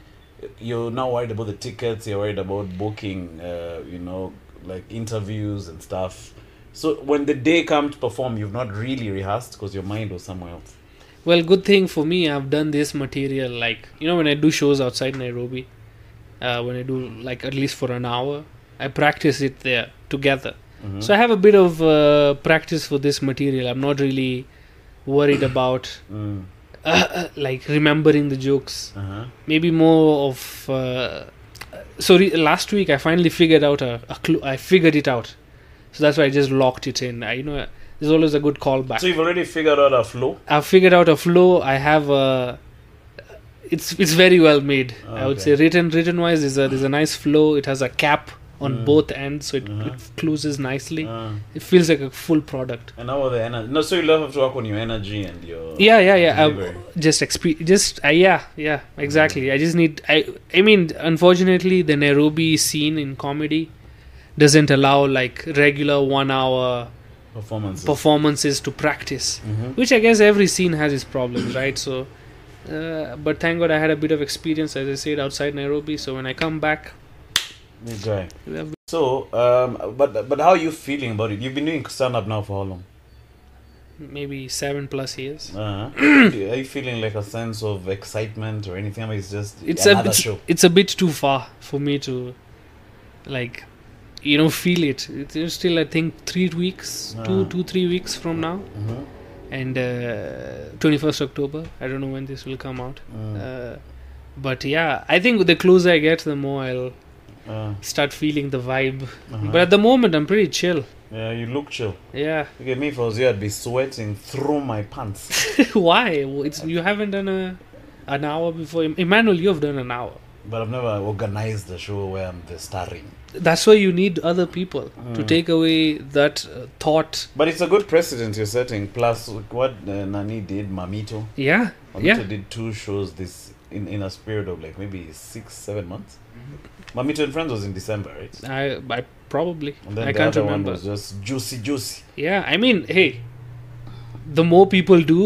You're now worried about the tickets. You're worried about booking. Uh, you know, like interviews and stuff. So when the day comes to perform, you've not really rehearsed because your mind was somewhere else. Well, good thing for me, I've done this material like you know when I do shows outside Nairobi, uh, when I do like at least for an hour, I practice it there together. So I have a bit of uh, practice for this material. I'm not really worried about Mm. uh, like remembering the jokes. Uh-huh. Maybe more of uh, so re- last week I finally figured out a, a clue. I figured it out, so that's why I just locked it in. I, you know, there's always a good callback. So you've already figured out a flow. I've figured out a flow. I have a. It's it's very well made. Ah, I would okay. say written written wise is a there's a nice flow. It has a cap on both ends, so it, it closes nicely. Uh, It feels like a full product. and now the energy. No, so you'll have to work on your energy and your. Yeah, yeah, yeah. Um, Delivery. I, just exp- just uh, yeah, yeah. Exactly. I just need. I I mean, unfortunately, the Nairobi scene in comedy doesn't allow like regular one hour performances. Mm-hmm. performances to practice, which I guess every scene has its problems, right? So, uh, but thank God I had a bit of experience, as I said, outside Nairobi. So when I come back, Okay. we have- So, um, but but how are you feeling about it? You've been doing stand up now for how long? maybe seven plus years. Uh, are you feeling like a sense of excitement or anything? Or it's just It's a another it's, show. it's a bit too far for me to, like, you know, feel it. It's it's still I think three weeks, two Ah. two three weeks from now, Mhm. and twenty first October. I don't know when this will come out. Hmm. Mm. Uh, but yeah, I think the closer I get, the more I'll Uh, start feeling the vibe. Uh-huh. But at the moment, I'm pretty chill. yeah, you look chill. Yeah. Look at me. If I was you, I'd be sweating through my pants. Why? Well, It's you haven't done a an hour before. Em- Emmanuel, you have done an hour. but I've never organized a show where I'm the starring. That's why you need other people Mm. to take away that uh, thought. But it's a good precedent you're setting. Plus, what uh, Nani did, Mamito. Yeah. Mamito Yeah. did two shows this in in a spirit of like maybe six, seven months. Mm-hmm. Mamito and Friends was in December, right? I, I probably. And then I the can't other remember. one was just juicy, juicy. Yeah. I mean, hey, the more people do,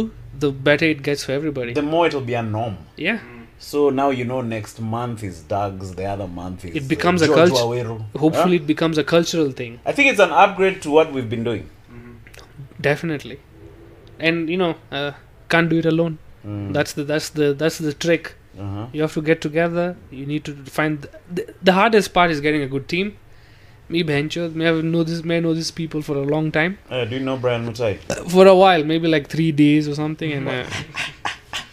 the better it gets for everybody. The more it'll be a norm. yeah. So now you know next month is Doug's, the other month is uh, It becomes a George culture. Waweru. Hopefully, Huh? it becomes a cultural thing. I think it's an upgrade to what we've been doing. Definitely. And you know, uh, can't do it alone. Mm. That's the that's the that's the trick. Uh-huh. You have to get together. You need to find the, the hardest part is getting a good team. Me Bencho, may have know this may know these people for a long time, Uh, do you know Brian Mutai? for a while, maybe like three days or something, and uh,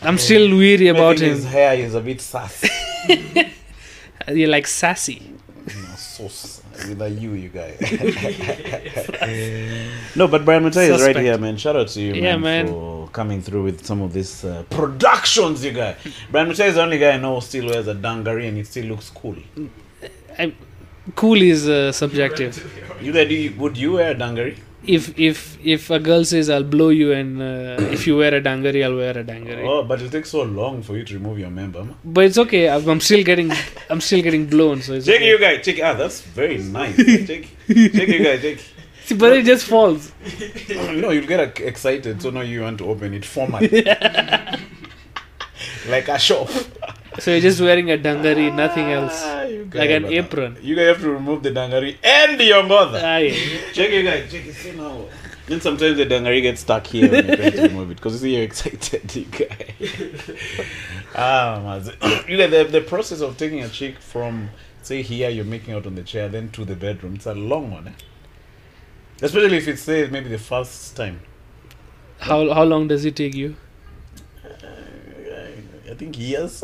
I'm still weary about Maybe his him. hair is a bit sassy. Uh, You're like sassy. No, sauce. With a U, you guys. no, but Brian Mutai is right Suspect. here, man. Shout out to you, Yeah, man, man. for coming through with some of these uh, productions, you guys. Brian Mutai is the only guy I know who still wears a dungaree and it still looks cool. I, cool is uh, subjective. You guys, do you, would you wear a dungaree? If if if a girl says I'll blow you, and uh, if you wear a dungaree, I'll wear a dungaree. Oh, but it'll take so long for you to remove your member. man. But it's okay. I'm, I'm still getting, I'm still getting blown. So it's Check okay. you guys, check. Ah, that's very nice. check, check you guys, check. See, but it just falls. No, you'll get ac- excited, so now you want to open it formally. like a shop. So you're just wearing a dungaree, nothing else. Ah, you guys, Like an but- apron. You guys have to remove the dangari and your Ah, mother. Aye. Check you guys, check. See now. Then sometimes the dangari gets stuck here when you're trying to remove it because you see you're excited, you guys. ah, man. you know, the, the process of taking a chick from, say, here you're making out on the chair, then to the bedroom, it's a long one. Eh? Especially if it's, say, maybe the first time. How how long does it take you? I think years.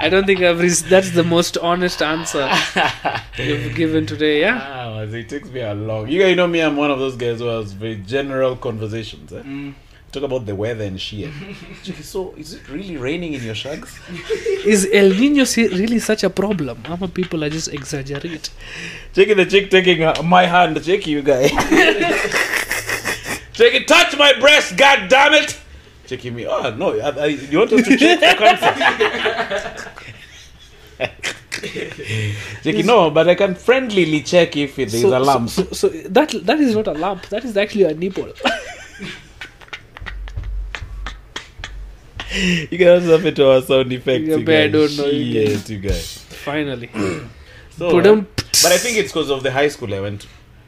I don't think I've. Re- that's the most honest answer you've given today. Yeah. Ah, man, it takes me a long. You guys know me. I'm one of those guys who has very general conversations. Eh? Talk about the weather and shit. Chick, so, is it really raining in your shags? Is El Nino se- really such a problem? Our people are just exaggerate. Check it, the chick taking uh, my hand. Check you guy. check it. Touch my breast. God damn it. Checking me. Oh no. I, I, you want us to check the concept? Jackie, no, but I can friendlily check if there's so, a lump. So, so, so that that is not a lump. That is actually a nipple. you can also have it to our sound effects. Yeah, you but I guys. don't know, you Shit, you guys. Finally, So, Pudum. Oh, but I think it's because of the high school I went to.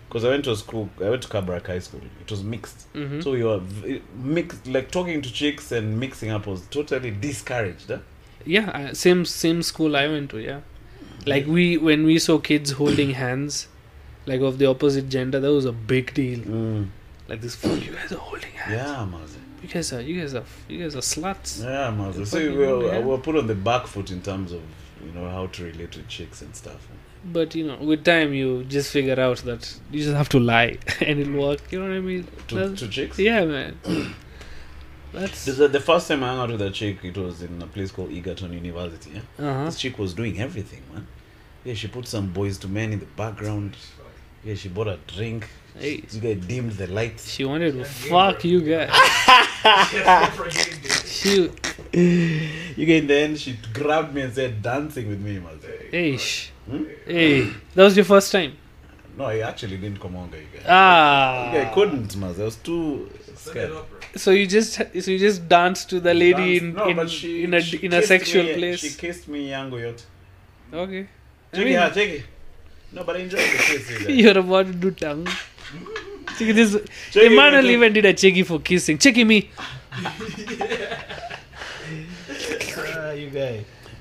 Because I went to a school, I went to Kabrak High School. It was mixed. Mhm. So we were v- mixed, like talking to chicks and mixing up was totally discouraged. Huh? yeah, I- same same school I went to. Yeah, like we when we saw kids holding hands, like of the opposite gender, that was a big deal. Like this, fool, you guys are holding hands. Yeah, Mazi. You guys are you guys are you guys are sluts. Yeah, Mazi. So we fucking were, yeah. we were put on the back foot in terms of, you know, how to relate to chicks and stuff. But you know, with time you just figure out that you just have to lie and it'll work. You know what I mean? To, That's- to chicks? yeah, man. That's This is the first time I hung out with a chick, it was in a place called Egerton University. Yeah? uh-huh. This chick was doing everything, man. Yeah, she put some boys to men in the background. Yeah, she bought a drink. Hey. This guy dimmed the lights. She wanted to fuck you guys. She, You get in the end, she grabbed me and said, dancing with me, man. hey, sh- Hmm? hey, that was your first time. No, I actually didn't come on, you guys. I Ah, couldn't, man. I was too scared. so you just so you just danced to the lady in Dance- no, in, but she, in a she in a kissed sexual me, She place. kissed me, yango yote. Okay, I Check mean- it out, check it. No, but I enjoyed the kiss. you guys. you're about to do tongue. Check this. Check it, Emmanuel check it. even did a checky for kissing. Checky me. Ah,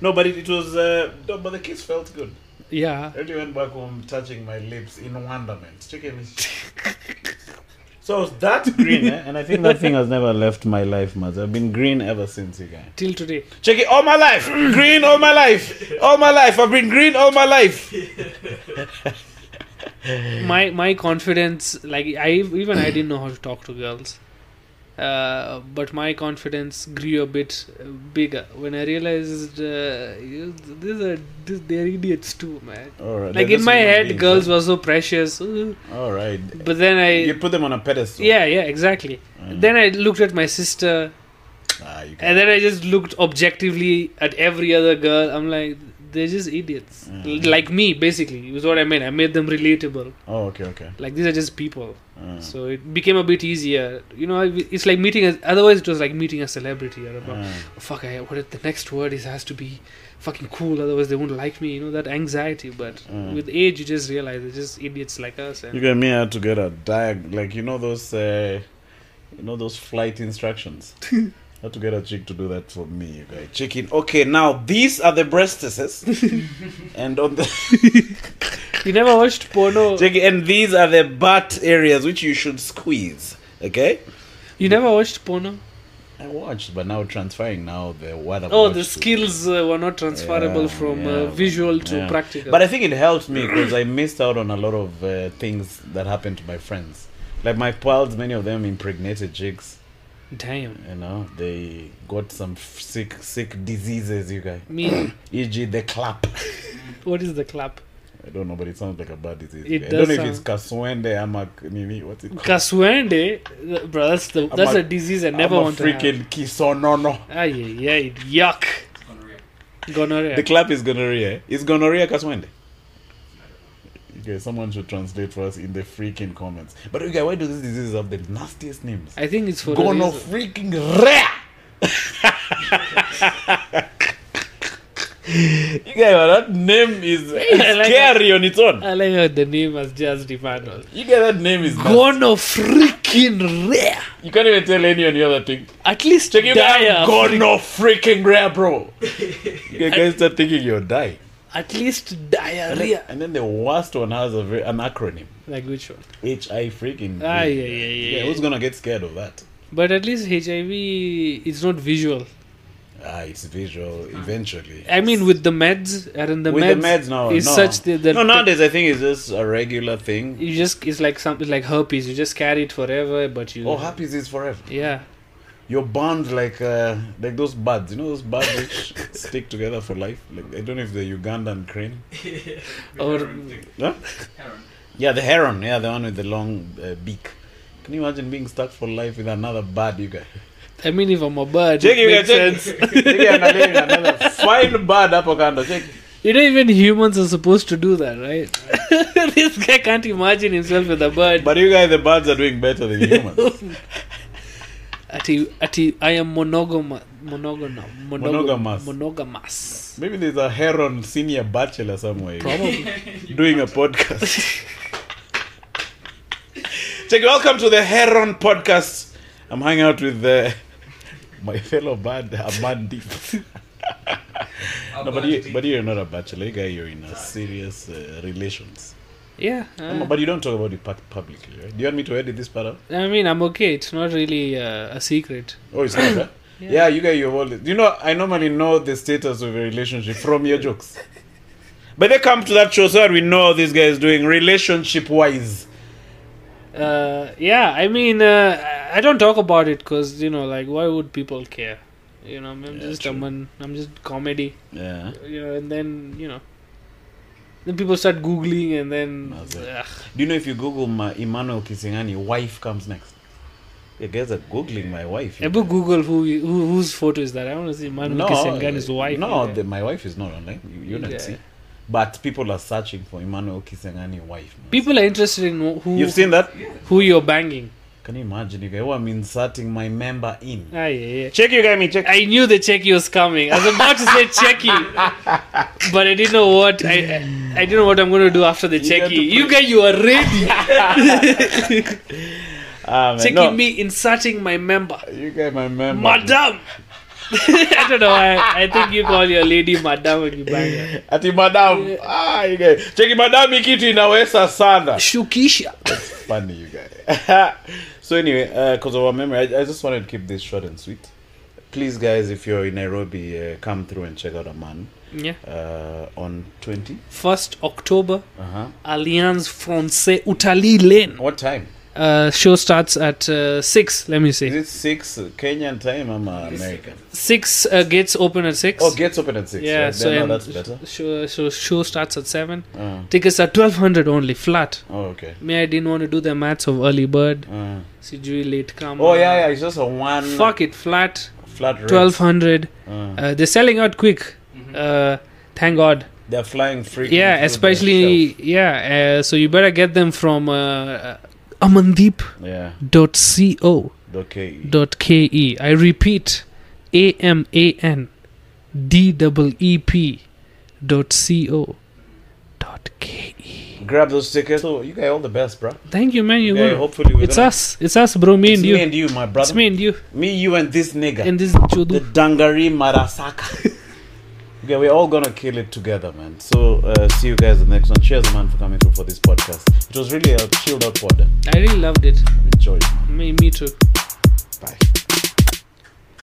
No, but it, it was. Uh, no, but the kiss felt good. Yeah. I only went back home touching my lips in wonderment. Check it. so I was that green, eh? and I think that thing has never left my life, mother. I've been green ever since, you guys. Till today. Check it all my life, green all my life, all my life. I've been green all my life. my my confidence like i even i didn't know how to talk to girls uh, but my confidence grew a bit uh, bigger when i realized uh, you- these are these, they're idiots too man All right. like in my head girls were so precious uh, All right. but then You i put them on a pedestal. yeah yeah exactly Mm. then i looked at my sister Ah, you can. and then i just looked objectively at every other girl i'm like they're just idiots Mm. like me basically is what i meant i made them relatable Oh, okay, okay. like these are just people Uh, so it became a bit easier you know it's like meeting a, otherwise it was like meeting a celebrity or about uh, fuck I, what if the next word is has to be fucking cool otherwise they won't like me you know that anxiety but Mm. with age you just realize it's just idiots like us you and got me out to get a diag like you know those uh, you know those flight instructions. How to get a chick to do that for me, you guys. Chicken. Okay, now these are the breastises, and on the you never watched porno chicken, and these are the butt areas which you should squeeze. Okay. you never watched porno I watched, but now transferring now the what I've oh watched the to- skills uh, were not transferable Yeah, from uh, yeah, visual to yeah. practical But I think it helped me because I missed out on a lot of uh, things that happened to my friends. Like my pals, many of them impregnated chicks. damn You know, they got some f- sick, sick diseases. You guys, me e.g., the clap. what is the clap I don't know, but it sounds like a bad disease. It I does don't know if it's Kaswende. I'm a nini, what's it called? kaswende uh, bro that's the that's a- a, disease i never I'm want a to have freaking kisonono. Ah, yeah, yeah, yuck. Gonorrhea. The clap is gonorrhea. eh? Is gonorrhea Kaswende? Okay, someone should translate for us in the freaking comments. But okay, why do these diseases have the nastiest names? I think it's for a Gono freaking reason. rare. you guys, that name is I like Uh, scary on its own. I like how the name has just Emmanuel. You guys, that name is nasty. Gono freaking rare. You can't even tell any on the other thing. At least Check it dire. out. Gono freaking rare, bro. you guys start thinking you'll die. At least diarrhea. And then the worst one has a very, an acronym. Like which one? HI freaking. Ah, yeah, V. yeah, yeah. Yeah, yeah, who's gonna get scared of that? But at least HIV is not visual. Ah, it's visual eventually. I mean, with the meds and in the With meds, the meds now, is no. such that the, no, nowadays I think it's just a regular thing. you just it's like something like herpes. You just carry it forever, but you. Oh, herpes is forever. Yeah. You're bound like uh, like those buds. You know those buds which stick together for life. Like I don't know if the Ugandan crane. Or Huh? Yeah, the heron. Yeah, the one with the long uh, beak. Can you imagine being stuck for life with another bud, you guys? I mean, if I'm a bird, Check it you guys. makes Check. sense. Check, another- another fine bud up kando. Check. You know, even humans are supposed to do that, right? this guy can't imagine himself with a bird. But you guys, the birds are doing better than humans. ati, ati, I am monogama, monogama, Monogamous. Monogamous. Maybe there's a heron senior bachelor somewhere Probably. doing a podcast. Check, welcome to the Heron Podcast. I'm hanging out with uh, my fellow bird, Amandeep. no, but, you, but you're not a bachelor, you guy. You're in a serious uh, relations. yeah. uh, but you don't talk about it pu- publicly, right? Do you want me to edit this part out? I mean, I'm okay. It's not really uh, a secret. Oh, it's not huh? yeah. you guys, you have all this. You know, I normally know the status of a relationship from your jokes. But they come to that show so that we know this guy is doing relationship wise. Uh, yeah, I mean, uh, I- I don't talk about it because you know, like, why would people care? You know, I'm I'm just a true. man. I'm just comedy. Yeah. You know, and then you know, then people start googling, and then That's it. ugh, Do you know if you Google my Emmanuel Kisingani, wife comes next? You guys are Googling my wife. you Ebu guys. Google who, who whose photo is that? I want to see Manu no, Kisengani's wife. uh, No, Yeah. the, my wife is not online. You, you don't Yeah. see. But people are searching for Emmanuel Kisingani wife. man. people are interested in who You've seen that? who you're banging. Can you imagine if I'm inserting my member in? Ah, yeah, yeah. Check you guys, me check. I knew the checky was coming. I was about to say checky, but I didn't know what I, I, I didn't know what I'm going to do after the You had to checky. You guys, you are ready. Ah, man, Checking no. me inserting my member, You guys, my member. madam. I don't know. I, I think you call your lady madam when you bang her. ati madam Eh. ah, you guys. cheki madam ni kitu inaweza sana Shukisha. funny you guys so anyway because of our memory I, I just wanted to keep this short and sweet please guys if you're in nairobi uh, come through and check out a man Yeah. uh, on 20 First October, uh-huh Alliance Francais Utali Lane. what time Uh, show starts at uh, six. Let me is see. it six uh, kenyan time i'm american Six uh, gates open at six. oh gates open at six Yeah, right? so Then, and no, that's better Show, so show starts at seven. uh, Tickets are twelve hundred only, flat. oh okay Me, I didn't want to do the maths of early bird. uh, Sijui late come. oh yeah yeah it's just a one Fuck it, flat. flat rate. Twelve hundred. uh, Uh, they're selling out quick. Uh, thank God. they're flying free Yeah, especially yeah. Uh, so you better get them from uh, amandeep.co.ke. yeah okay amandeep.co.ke. E. I repeat, A M A N D double E P dot C O dot K E. grab those tickets. So you guys all the best, bro. Thank you, man. You Yeah, will. hopefully we're It's gonna- us. It's us, bro. Me It's and you. me and you, my brother. it's me and you. Me, you, and this nigga, And this the Chodu. Dangari Marasaka. okay, we're all gonna kill it together, man. So uh, see you guys in the next one. Cheers, man, for coming through for this podcast. It was really a chilled out pod. I really loved it. Enjoy. Me, me too. Bye.